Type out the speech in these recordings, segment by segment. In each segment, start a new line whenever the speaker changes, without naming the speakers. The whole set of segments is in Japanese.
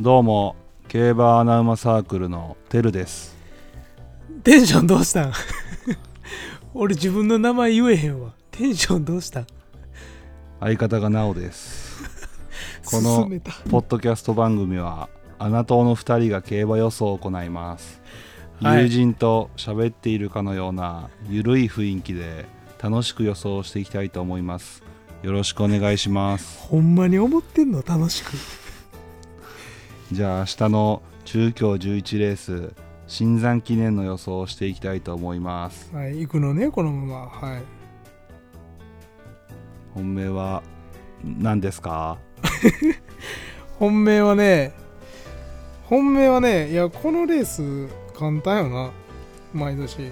どうも競馬アナウマサークルのてるです
テンションどうしたん 俺自分の名前言えへんわ。テンションどうしたん
相方がなおですこの
進めた。
ポッドキャスト番組はアナ党の2人が競馬予想を行います、
はい
友人と喋っているかのようなゆるい雰囲気で楽しく予想していきたいと思いますよろしくお願いします
ほんまに思ってんの楽しく。
じゃあ明日の中京11レース新山記念の予想をしていきたいと思います
はい、行くのね、このまま。はい。
本命は何ですか
本命はね、本命はね、いや、このレース簡単よな。毎年。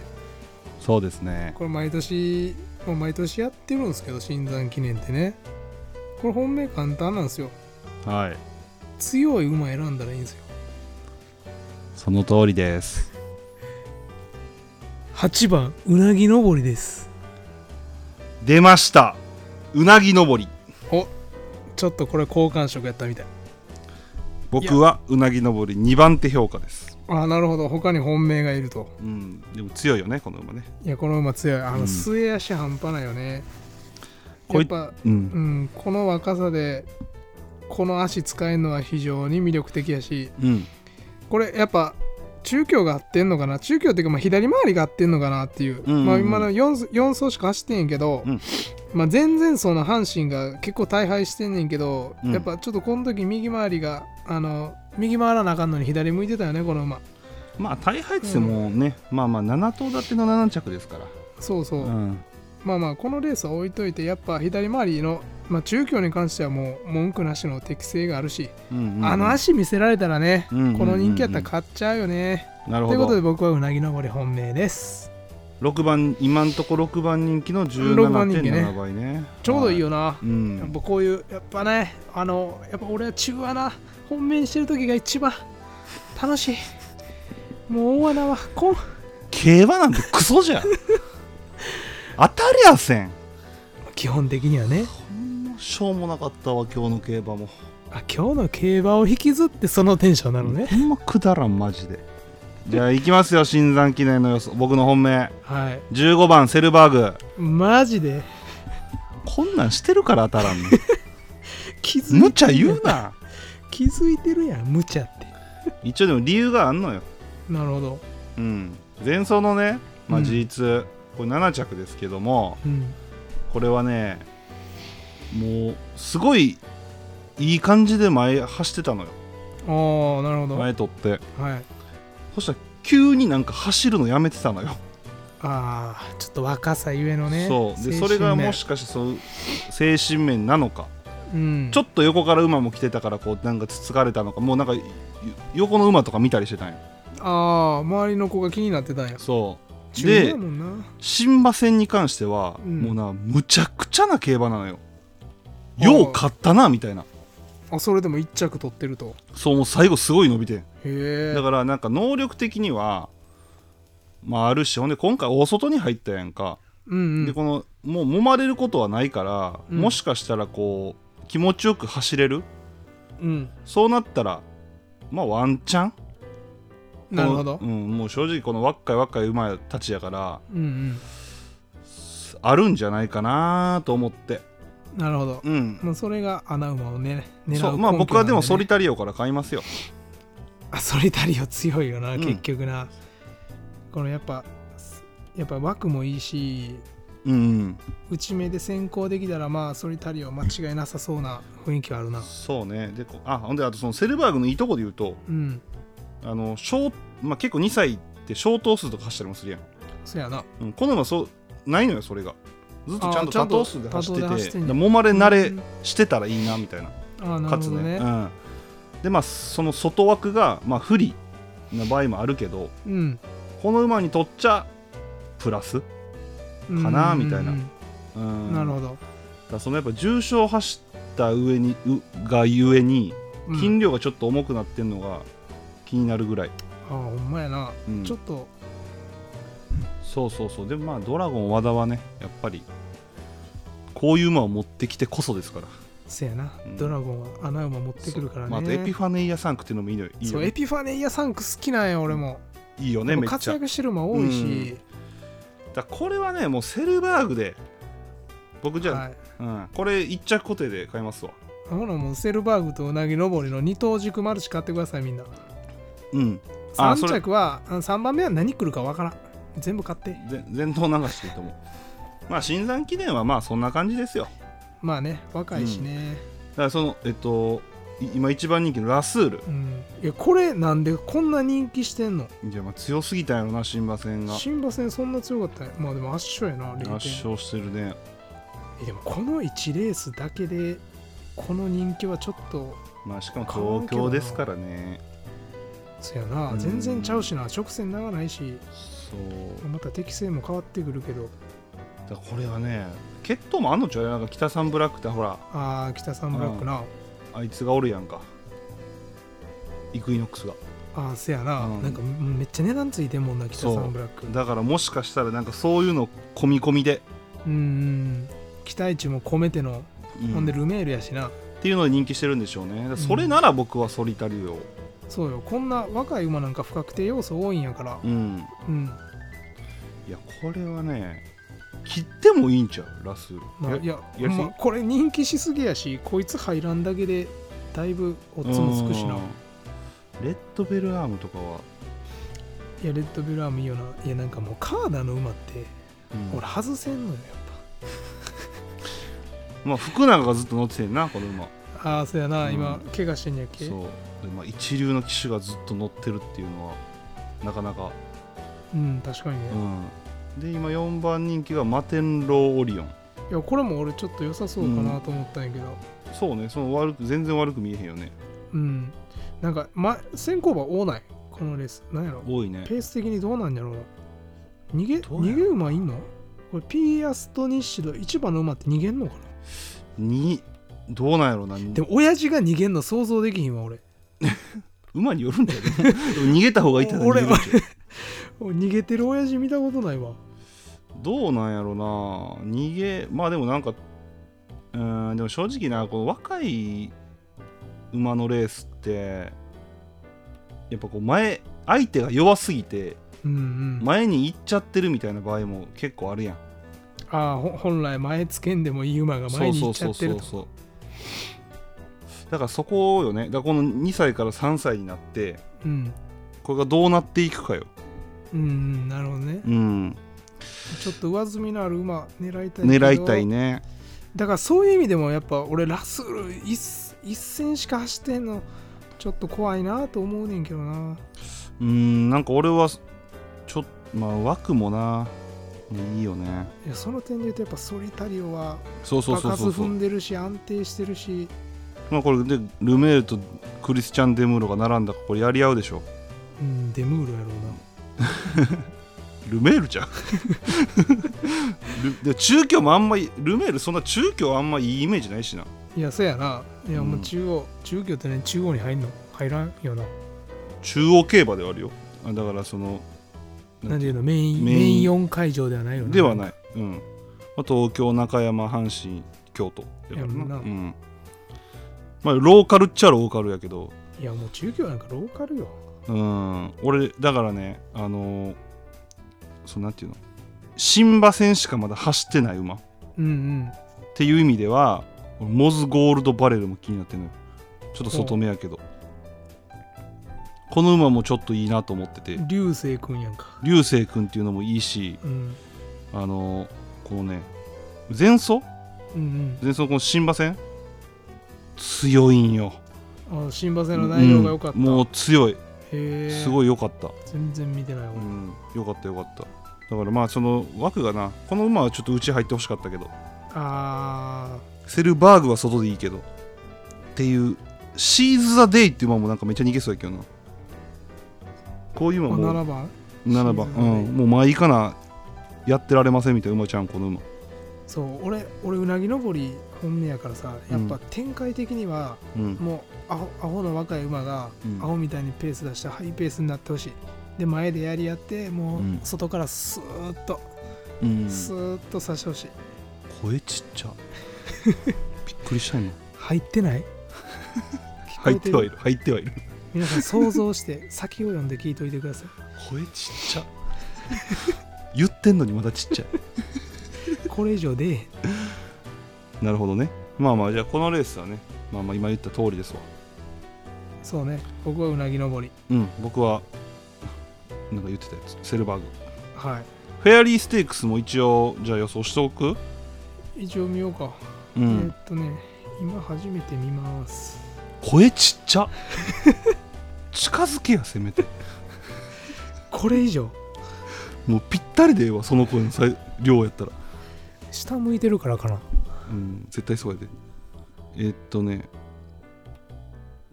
そうですね
これ毎年、もう毎年やってるんですけど、新山記念ってね。これ本命簡単なんですよ。
はい
強い馬選んだらいいんですよ。
その通りです
8番、うなぎ登りです。
出ましたうなぎ登り
ちょっとこれ好感触やったみたい。
僕はうなぎ登り2番手評価です
あなるほど他に本命がいると
うんでも強いよねこの馬ね
いやこの馬強いあの、
うん
末足半端ないよね
こ
や
い
っぱ
うん
うんこの若さでこの足使えるのは非常に魅力的やし
うん
これやっぱ中京が合ってんのかな中京っていうかまあ左回りが合ってんのかなっていう、
うんうんうん
まあ、今の 4, 四走しか走ってんやけど、
うん
まあ、前々走の阪神が結構大敗してんねんけど、
うん
やっぱちょっとこの時右回りがあの右回らなあかんのに左向いてたよねこの馬
まあ大敗っつってもね、まあまあ7頭立ての7着ですから
そうそう、
うん
まあまあこのレースは置いといてやっぱ左回りの、まあ、中京に関してはもう文句なしの適性があるし、
うんうん
あの足見せられたらね、
うんうんうんうん
この人気やったら買っちゃうよね、
なるほ
ということで
ど
僕はうなぎ登り本命です
6番今んとこ6番人気の
六番人気ね
17.7倍ね
ちょうどいいよ
う
な、やっ
ん
ぱこういうやっぱねあのやっぱ俺は中穴本命にしてる時が一番楽しいもう大穴はこん
競馬なんてクソ じゃん当たりやせん
基本的にはね
しょうもなかったわ今日の競馬も
あ今日の競馬を引きずってそのテンションなのね、
ほんまくだらんマジでじゃあ行きますよ新山記念の予想僕の本命
はい
15番セルバーグ
マジで
こんなんしてるから当たら んの
気づいてる
無茶言うな
気づいてるやん無茶って
一応でも理由があんのよ
なるほど
うん前走のね、まあ、
うん
G2、これ7着ですけども
うん
これはねもうすごいいい感じで前走ってたのよ
ああなるほどはい
前取ってそしたら急になんか走るのやめてたのよ
ああちょっと若さゆえのね
そうで
精神
それが
面
もしかしてそう精神面なのか、
うん
ちょっと横から馬も来てたからこうなんかつつかれたのかもうなんかよ横の馬とか見たりしてたんよ
ああ周りの子が気になってたんや
そう
中二
で
やもんな
新馬戦に関しては、
うん
もうなむちゃくちゃな競馬なのよ
あー
よう勝ったなみたいな
あそれでも1着取ってると
そうもう最後すごい伸びてん
へえ
だからなんか能力的にはまああるしほんで今回大外に入ったやんか、
うんう
で
ん
このもう揉まれることはないから、
うん
もしかしたらこう気持ちよく走れる
うん
そうなったら、まあワンチャン
なるほど
このうん、もう正直この若い若い馬たちやから、
うんうん
あるんじゃないかなと思って。
なるほど
うん。
もうそれが穴馬をね狙う
そう、まあ僕はでもソリ
タ
タリオから買いますよ。
あソリタリオ強いよな、
うん
結局なこのやっぱやっぱ枠もいいし
うん、うん。
打ち目で先行できたらまあソリタリオ間違いなさそうな雰囲気はあるな
そうね。で、こあ、ほんで、あとそのセルバーグのいいとこで言うと、
うん
あの、小、まあ結構2歳って小頭数とか走ったりもするやん。
そやな
うん、この馬そう、ないのよ、それが。ずっとちゃんと多頭数で走ってて、
あちゃんと多頭で走ってんね
で揉まれ慣れ
うん
してたらいいなみたいな。
あな
か
る
つ
ほど
ね。
ね
うん。で、まあその外枠が、まあ不利な場合もあるけど、
うん
この馬にとっちゃプラス、
うん
かなみたいな
うん
うん、
なるほ
だか
ど、
らそのやっぱ重傷を走った上にうがゆえに
うん
筋量がちょっと重くなってんのが気になるぐらい、
あほんまやな、
うん
ちょっと
そうそうそうでもまあドラゴン和田はねやっぱりこういう馬を持ってきてこそですから
せやな、
うん
ドラゴンは穴馬持ってくるからね、
まあ、あとエピファネイアサンクっていうのもいいのよいい
そ
よ
うエピファネイアサンク好きなんや俺も,、
いいよねめっち
活
ゃ
躍してる馬多いし、
だからこれはねもうセルバーグで僕じゃあ、
はい、
うん、これ一着固定で買いますわ
ほらもうセルバーグとうなぎ登りの二等軸マルチ買ってくださいみんな
うんあ
3着はあ3番目は何来るかわからん全部買って
ぜ全頭流していいと思うまあ新山記念はまあそんな感じですよ
まあね若いしね、
だからそのえっとい今一番人気のラスール
うんいやこれなんでこんな人気してんの
いやまあ強すぎたんやろな新馬戦が圧
新馬戦そんな強かったねまあでも圧勝やな0点
勝してるね
えでもこの1レースだけでこの人気はちょっと
まあしかも東京ですからね
そやな
うん
全然ちゃうしな直線長ないし
そう
また適性も変わってくるけど
だからこれはね決闘もあんのちゃうなんか北三ブラックってほら
ああ北さんブラックな
あいつがおるやんかイクイノックスが
ああせやな、
うん
なんかめっちゃ値段ついてんもんな北さ
そうん
ブラック
だからもしかしたらなんかそういうの込み込みで、
うんうん期待値も込めての、
うん
ほんで
っ
ルメールやしな
ていうので人気してるんでしょうねだからそれなら僕はソリタリオ
そうよこんな若い馬なんか不確定要素多いんやから
うん
うん、
いやこれはね切ってもいいんちゃうラス
まあ、
や
いや
やりすぎ
ほんまこれ人気しすぎやしこいつ入らんだけでだいぶオッズもつくしな
うんレッドベルアームとかは、
いやレッドベルアームいいよないやなんかもうカーダの馬って
うん
俺外せんのよや
まあ服なんかがずっと乗っててんなこの馬
っぱああそうやな、
うん
今怪我してんやっけ
そう
う、
でまあ、一流の騎手がずっと乗ってるっていうのはなかなか
ん確かにね、
うんで今4番人気がマテンローオリオン
いやこれも俺ちょっと良さそうかなと思ったんやけど
そうねその悪く全然悪く見えへんよね
うん、なんか、ま、先行馬多ないこのレースなんやろ
多いね
ペース的にどうなんやろう逃げ
どうやろう
逃げ馬いんのこれピアスとニッシド一番の馬って逃げんのかな
にどうなんやろうな
でも親父が逃げんの想像できひんわ俺
馬によるんだよね 逃げた方がいいって逃げるんちゃう
逃げてる親父見たことないわ
どうなんやろな逃げまあでもなんかうーんでも正直なこの若い馬のレースってやっぱこう前相手が弱すぎて
うんうん、
前に行っちゃってるみたいな場合も結構あるやん
ああほ本来前つけんでもいい馬が前に行っちゃってると
そうだからそこよねだからこの2歳から3歳になって
うん
これがどうなっていくかよ
うんうんなるほどね
うん
ちょっと上積みのある馬狙いたいけど
狙いたいね
だからそういう意味でもやっぱ俺ラスール一一戦しか走ってんのちょっと怖いなと思うねんけどな
うーんなんか俺はちょっとまあ枠もないいよね
いやその点で言うとやっぱソリタリオは
そうそうそう
高
そ
数
うそ
踏
うん
でるし安定してるし
まあこれでルメールとクリスチャン・デムーロが並んだからこれやり合うでしょ
うんデムールやろうな
ルメールじゃん ルで中京もあんまりルメールそんな中京あんまいいイメージないしない
やそやないや
うん
もう中央、中京ってね中央に入んの入らんよな
中央競馬ではあるよあだからその
なんていうのメイン
メ
メ
イン
イン4会場ではないよな
ではいない、うんまあ、東京中山阪神京都やから
や
な
るな
うんまあローカルっちゃローカルやけど
やもう中京なんかローカルよ
うん俺だからねあのーそうなんていうの新馬戦しかまだ走ってない馬っ
うんうん
ていう意味では俺モズゴールドバレルも気になってるのよちょっと外目やけどこの馬もちょっといいなと思ってて
流星くんやんか
流星君っていうのもいいし
うん
あのーこのね前走
うん
前走この新馬戦強いんよ
うんあ新馬戦の内容が良かった、
うんもう強い
へえ
すごい良かった
全然見てないわ、
うん、よかったよかっただからまあその枠がなこの馬はちょっと内入ってほしかったけど
あ
セルバーグは外でいいけどっていうシーズ・ザ・デイっていう馬もなんかめっちゃ逃げそうやけどなこういう
ーあ
馬も
7番
7番、
シ
う
ーズザデイ
ん、もう前いかなやってられませんみたいな馬ちゃんこの馬
そう俺俺うなぎ登り本命やからさやっぱ展開的には
うん
もうアホアホの若い馬が
うん
アホみたいにペース出してハイペースになってほしいで前でやり合っても
うん
う外からスーッと、
うん
スーッと差してほしい
声ちっちゃ びっくりした今
入ってない聞こ
入
え
って
る
はいる入ってはいる
皆さん想像して先を読んで聞いといてくださ い
声ちっちゃ 言ってんのにまだちっちゃ
これ以上で
いなるほどねまあまあじゃあこのレースはねまあまあ今言った通りですわ
そうね僕はうなぎ登り
うん僕はなんか言ってたやつセルバーグ
は
フェアリーステークスも一応じゃあ予想しておく
い一応見ようか、
うん、
えーっとね今初めて見ます
声ちっちゃ 近づけやせめて
これ以上
もうぴったりでええわその声のさい量やったら
下向いてるからかな
うん絶対そうやでえっとね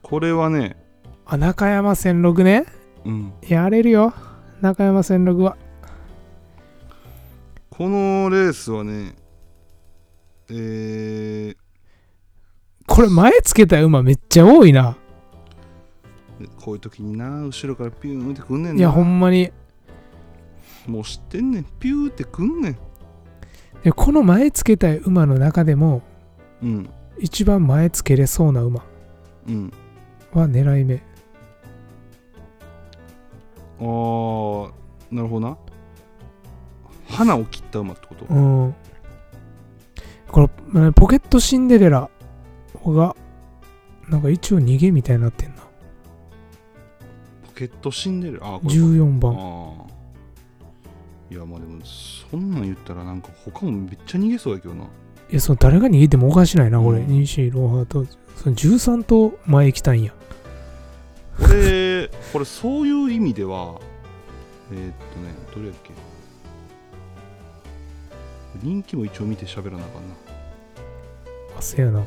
これはね
あ中山千六ね
うん
やれるよ中山千六は
このレースはねえー
これ前つけた馬めっちゃ多いな
こういう時にな後ろからピューンってくんねん
いやほ
なん
まに
もう知ってんねんピューってくんねん
でこの前つけたい馬の中でも
うん
一番前つけれそうな馬
うん
は狙い目
あーなるほどな花を切った馬ってこと
うんこのポケットシンデレラがなんか一応逃げみたいになってんな
ポケットシンデレラあーこれ
14
あ
番
ーいやまあでもそんなん言ったらなんか他もめっちゃ逃げそうやけどない
やその誰が逃げてもおかしないなこれ、
うん
西ロハとその13と前行きたいんや
俺これそういう意味ではえーっとねどれやっけ人気も一応見て喋らなあかんな
あせやな
うん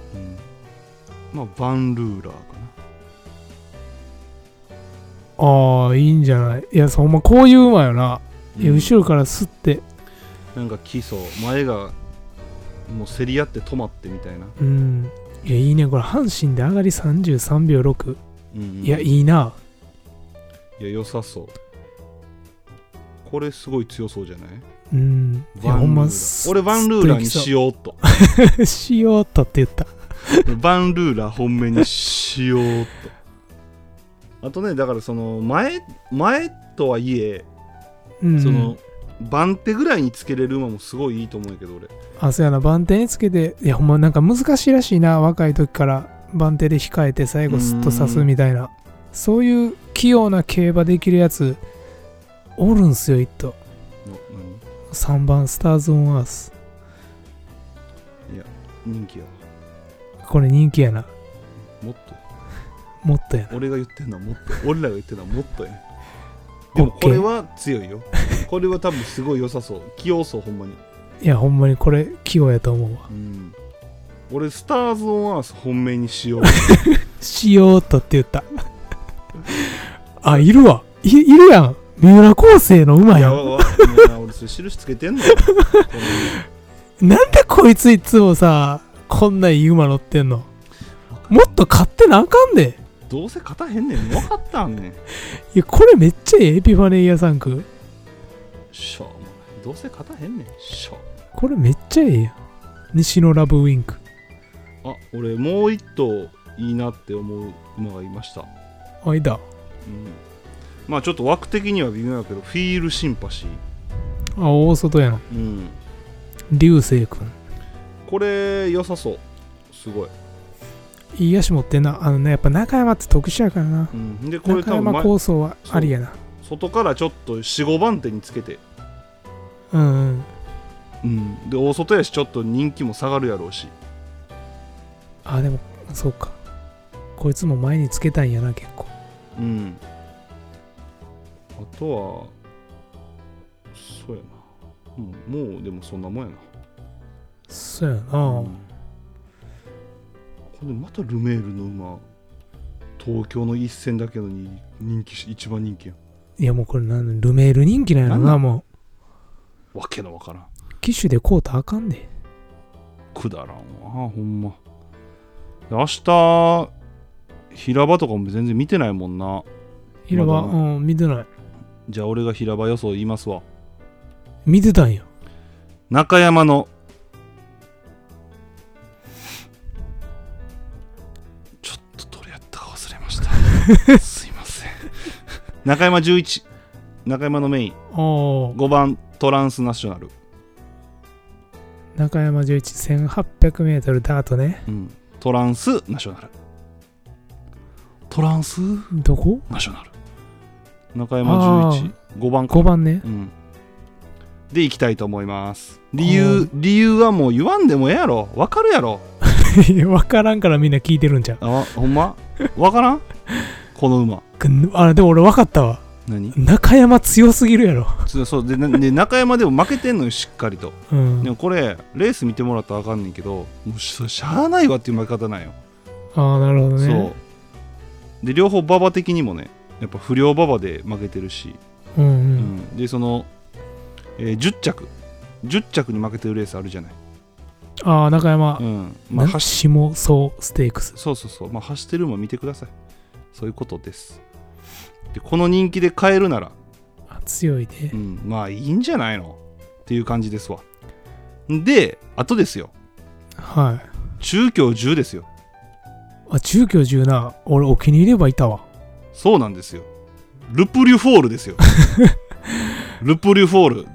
まあバンルーラーか
ああいいんじゃないいやそうほんまこういう馬よな、
な、
いや
うん
後ろからすって
なんか基礎前がもう競り合って止まってみたいな、
うんいやいいねこれ阪神で上がり33秒6、
うんうん
いやいいない
や良さそうこれすごい強そうじゃない
うんいや
バ
ほ
ンル
ん
ーラ
ま
ー俺バンルーラーにし
よ
ようっ と
うしようっとって言った
バンルーラー本命にしようっとあとねだからその前前とはいえ
うん
その、番手ぐらいにつけれる馬もすごいいいと思うんやけど俺
あそうやな番手につけていやほんまなんか難しいらしいな若い時から番手で控えて最後スッと刺すみたいなそういう器用な競馬できるやつおるんすよ一頭
の、
3番スターズ・オン・アース
うん、人気や
これ人気やな
もっと
もっとやな
俺が言ってるのはもっ と俺らが言ってるのはもっとやねでもこれは強いよこれは多分すごい良さそう器用そうほんまに、
いやほんまにこれ器用やと思うわ
うん、俺スターズ・オン・アース本命に しよう
しようっとって言ったあいるわいいるやん三浦昴生の馬
いや
やん
わわいや俺それ印つけてんのよこの
なんでこいついつもさこんないい馬乗ってんのもっと買ってなあかんで
どうせ勝たへんねん分かったんねん
いやこれめっちゃええエピファネイア3区
しょうもないどうせ勝たへんねんしょう
これめっちゃええやん西のラブウィンク
あ俺もう一頭いいなって思う馬がいました、
あいだ
うん、まあちょっと枠的には微妙やけどフィール・シンパシー、
あ大外やん
うん、
流星くん
これ良さそうすごい、
いい足持ってんなあのねやっぱ中山って特殊やからな
うん、でこれ
中
多分
山
前
構想はありやな
外からちょっと45番手につけて、
うんうん
うん、で大外やしちょっと人気も下がるやろうし
あでもそうかこいつも前につけたんやな結構
うんあとはそうやなもうもうでもそんなもんやな
そうやな、
うんこれまたルメールの馬東京の一戦だけのに人気し一番人気やん
いやもうこれなんルメール人気なんやろ
なん
な
なん
も
わけのわからん
う機種でこうたらあかんで
くだらんわほんまで明日平場とかも全然見てないもんな
平場、
まだ
うん見てない
じゃあ俺が平場予想言いますわ
見てたんや
中山の すいません中山11中山のメイン
おおー
5番トランスナショナル、
中山11 1800m ダートね
うん、トランスナショナルトランス
どこ
ナショナル中山
あ
115番か
?5 番 ね
うんで行きたいと思います理
お
由
ー
理由はもう言わんでもええやろわかるやろ
分からんからみんな聞いてるんじゃん
あほんまわからんこの馬
くんあでも俺分かったわ
何
中山強すぎるやろ
つそうでなで中山でも負けてんのよしっかりと
うん
でもこれレース見てもらったらあかんねんけどもうししゃあないわっていう負け方なんよ、
ああなるほどね
そうで両方馬場的にもねやっぱ不良馬場で負けてるし、
う、ん
う
うん、
んでその、えー10着10着に負けてるレースあるじゃない、
ああ中山、
うんま
ま
あ、
あ、
走
下総ステークス
そうそうそう、まあ、走ってる馬見てくださいそういうことですでこの人気で買えるなら、
あ強いね
うん、まあいいんじゃないのっていう感じですわであとですよ
はい
中京10ですよ
あ中京1な俺お気に入りればいたわ
そうなんですよ。ルプリュフォール ですよ。ルプリュフォール、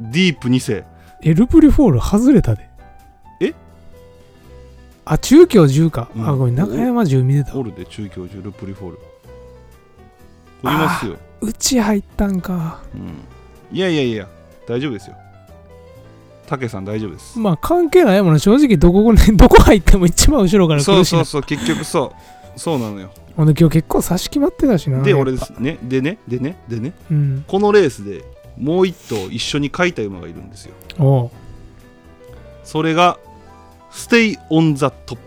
ディープ2世。
えルプリフォール外れたで
え
あ中京10か、
うん
あごめん中山10見てた
フォールで中教授、ルプリュフォール。おりますよ。
うち入ったんか
うん、いやいやいや、大丈夫ですよ。たけさん大丈夫です。
まあ関係ないもんな正直どこ,、 ね、どこ入っても一番後ろから来
そ
る
う
しな
そうそう、結局そう。そうなの よ。
ほんで今日結構差し決まってたしな
で、
やっぱ
俺です、ね、でね、でね、でね、
うん
このレースでもう一頭一緒に飼いたい馬がいるんですよ。
おう
それが、ステイ・オン・ザ・トッ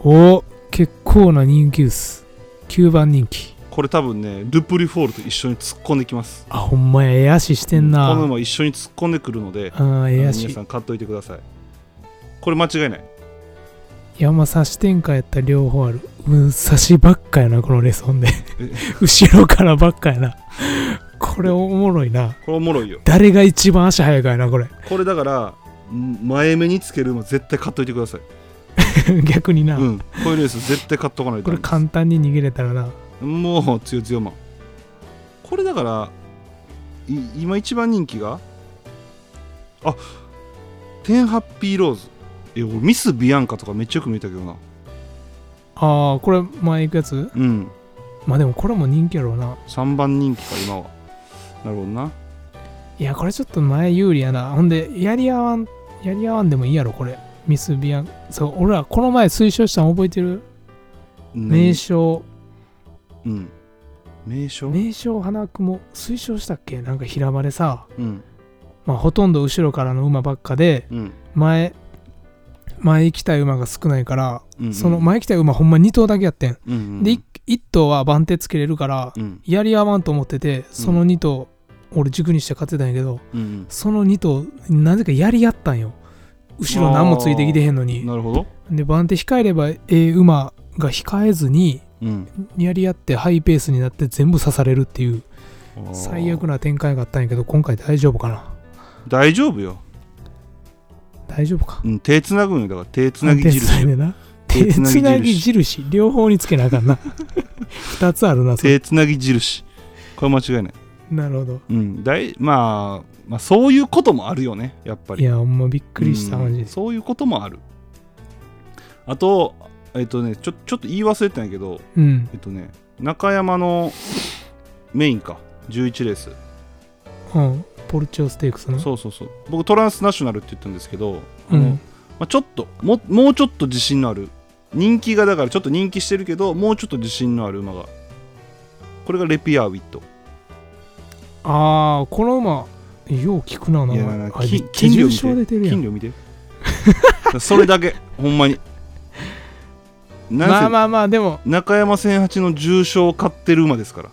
プ。
おう結構な人気薄9番人気
これ多分ね、ルプリュフォールと一緒に突っ込んできます。
あほんまやええ足してんな
この馬一緒に突っ込んでくるので、
ああええ
皆
足
さん買っといてくださいこれ間違いない
いや、まあ、差し展開やったら両方ある。うん、差しばっかやな、このレソンで
え。
後ろからばっかやな。これおもろいな。
これおもろいよ
誰が一番足早いかやな、これ。
これだからん前目につける馬絶対買っといてください
逆にな。
うんこういうレース絶対買っとかないと
これ簡単に逃げれたらな。
もう強強マンこれだからい今一番人気があテンハッピーローズえ俺ミス・ビアンカとかめっちゃよく見えたけどな
ああ、これ前行くやつ
うん
まあでもこれも人気やろうな。
3番人気か今はなるほどない
や、これちょっと前有利やな。ほんで、やり合わん、やり合わんでもいいやろ、これ。ミスビアン。そう、俺らこの前推奨したの覚えてる名
ね
称、
うん名称
名称花雲推奨したっけなんか平場でさ。
うん
まあ、ほとんど後ろからの馬ばっかで
うん
前前行きたい馬が少ないから、
うん
その前行きたい馬ほんま2頭だけやってん、
うんうん
で 1, 頭は番手つけれるから
うん
やり合わんと思っててその2頭、俺軸にして勝ってたんやけど
うん
その2頭なぜかやり合ったんよ後ろ何もついてきてへんの
うん、
に
なるほど、
で番手控えればええ馬が控えずに
うん、
やり合ってハイペースになって全部刺されるっていう
あー
最悪な展開があったんやけど今回大丈夫かな
大丈夫よ、
大丈夫か
うん、手つなぐんよだから手つなぎ
手
印
繋
よ
いでな
手
手
つなぎ
つなぎ印両方につけなあかんな 二つあるなそれ
手つなぎ印これ間違いない、
なるほど
うんだいまあ、まあそういうこともあるよねやっぱり
いやほんまびっくりしたマジ
うん
で
そういうこともあるあとえっとねちょちょっと言い忘れてたんやけど
うん
えっとね中山のメインか11レース
うんポルチョステークスの
そうそうそう僕トランスナショナルって言ったんですけど、あ
う
の
ん
まあ、ちょっとももうちょっと自信のある人気がだからちょっと人気してるけどもうちょっと自信のある馬がこれがレピアーウィット
ああこの馬よう聞くな名
いや
前
なんか
あれめっ
金
ち
金魚
ゃ重
見
賞出
て
てるや
金
ん
魚見て それだけほんまになんせ、
まあまあまあでも
中山千八の重賞を買ってる馬ですから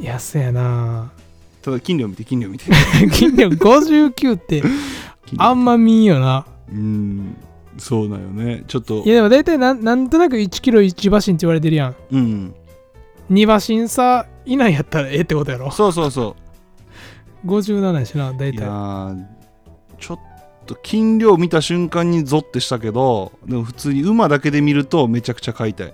安やな
ただ金魚見て金魚見て
金魚59って
金魚
あんま見んよな
うんそうだよねちょっと
いやでも大体なんなんとなく1キロ1馬身って言われてるやん
うん
2馬身差以内やったらええってことやろ
そうそうそう
57やしな大
いや
体
ーちょっと金量見た瞬間にゾッてしたけどでも普通に馬だけで見るとめちゃくちゃ買いたい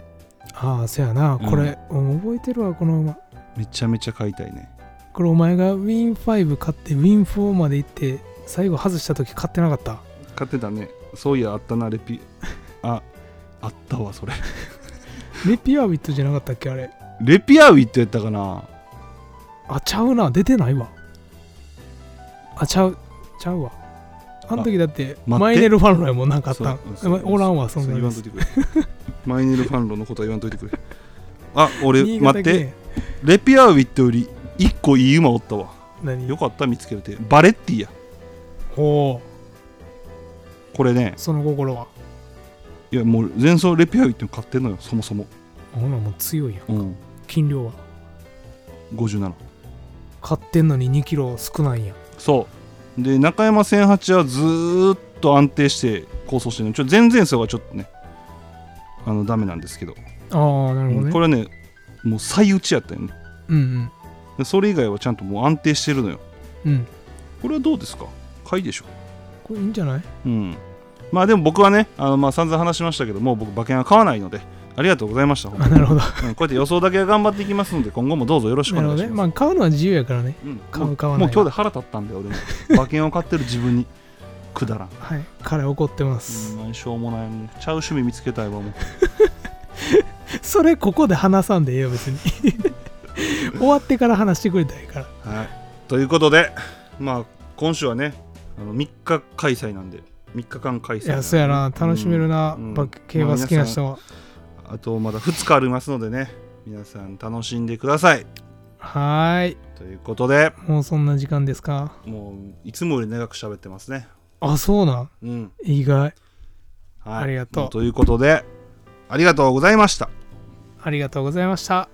ああ、せやな。これ、うん覚えてるわ、この馬。
めちゃめちゃ買いたいね
これお前が Win5 買って Win4 まで行って最後外した時買ってなかった
買ってたねそういやあったなレピああったわそれ
レピアビットじゃなかったっけあれ
レピアウィットやったかな
あちゃうな出てないわあちゃうちゃうわあの時だって
待って
マイネルファンロイもなかったん
そううんそう
おらんわそん
そ
な
れ言わ
や
ん
つ
といて くれマイネルファンロのことは言わんといてくれ あ俺
新
待
潟
っ
県
てレピアウィットより1個いい馬おったわ
何
よかった見つけれてバレッティや
ほ
これね
うその心はい
やもう前走レピアウィットに買ってんのよそもそも
ほなもう強いやん
うん
筋量は
57
買ってんのに2キロ少ないやん
そうで中山1008はずーっと安定して構想してるのちょ前々走がちょっとねあのダメなんですけど、
ああなるほど
うん
ね
これはねもう最打ちやったよね
うん
でそれ以外はちゃんともう安定してるのよ
うんうん
これはどうですか買いでしょ
これいいん じゃない
うんまあでも僕はねあのまあ散々話しましたけどもう僕馬券は買わないのでありがとうございました、ほんま
あなるほど
にうんこうやって予想だけは頑張っていきますので今後もどうぞよろしくお
なる
願い
ほど
し
ね
ま
ますあ買うのは自由やからね
うん
買う買
も
わ
うも
ないは
う今日で腹立ったんだよ俺 も馬券を買ってる自分にくだらん
はい彼怒ってます、
うん、しょうもないもうちゃう趣味見つけたいわもう
それここで話さんでええよ別 に終わってから話してくれたらいいから
はいということでまあ今週はねあの3日開催なんで3日間開催
いやそうやな楽しめるな、
うんうん
バック競馬好きな人は、
あとまだ2日ありますのでね皆さん楽しんでください
はーい
ということで
もうそんな時間ですか
もういつもより長く喋ってますね
あそうなん
うん、
意外
はい、
ありがとう
ということでありがとうございました
ありがとうございました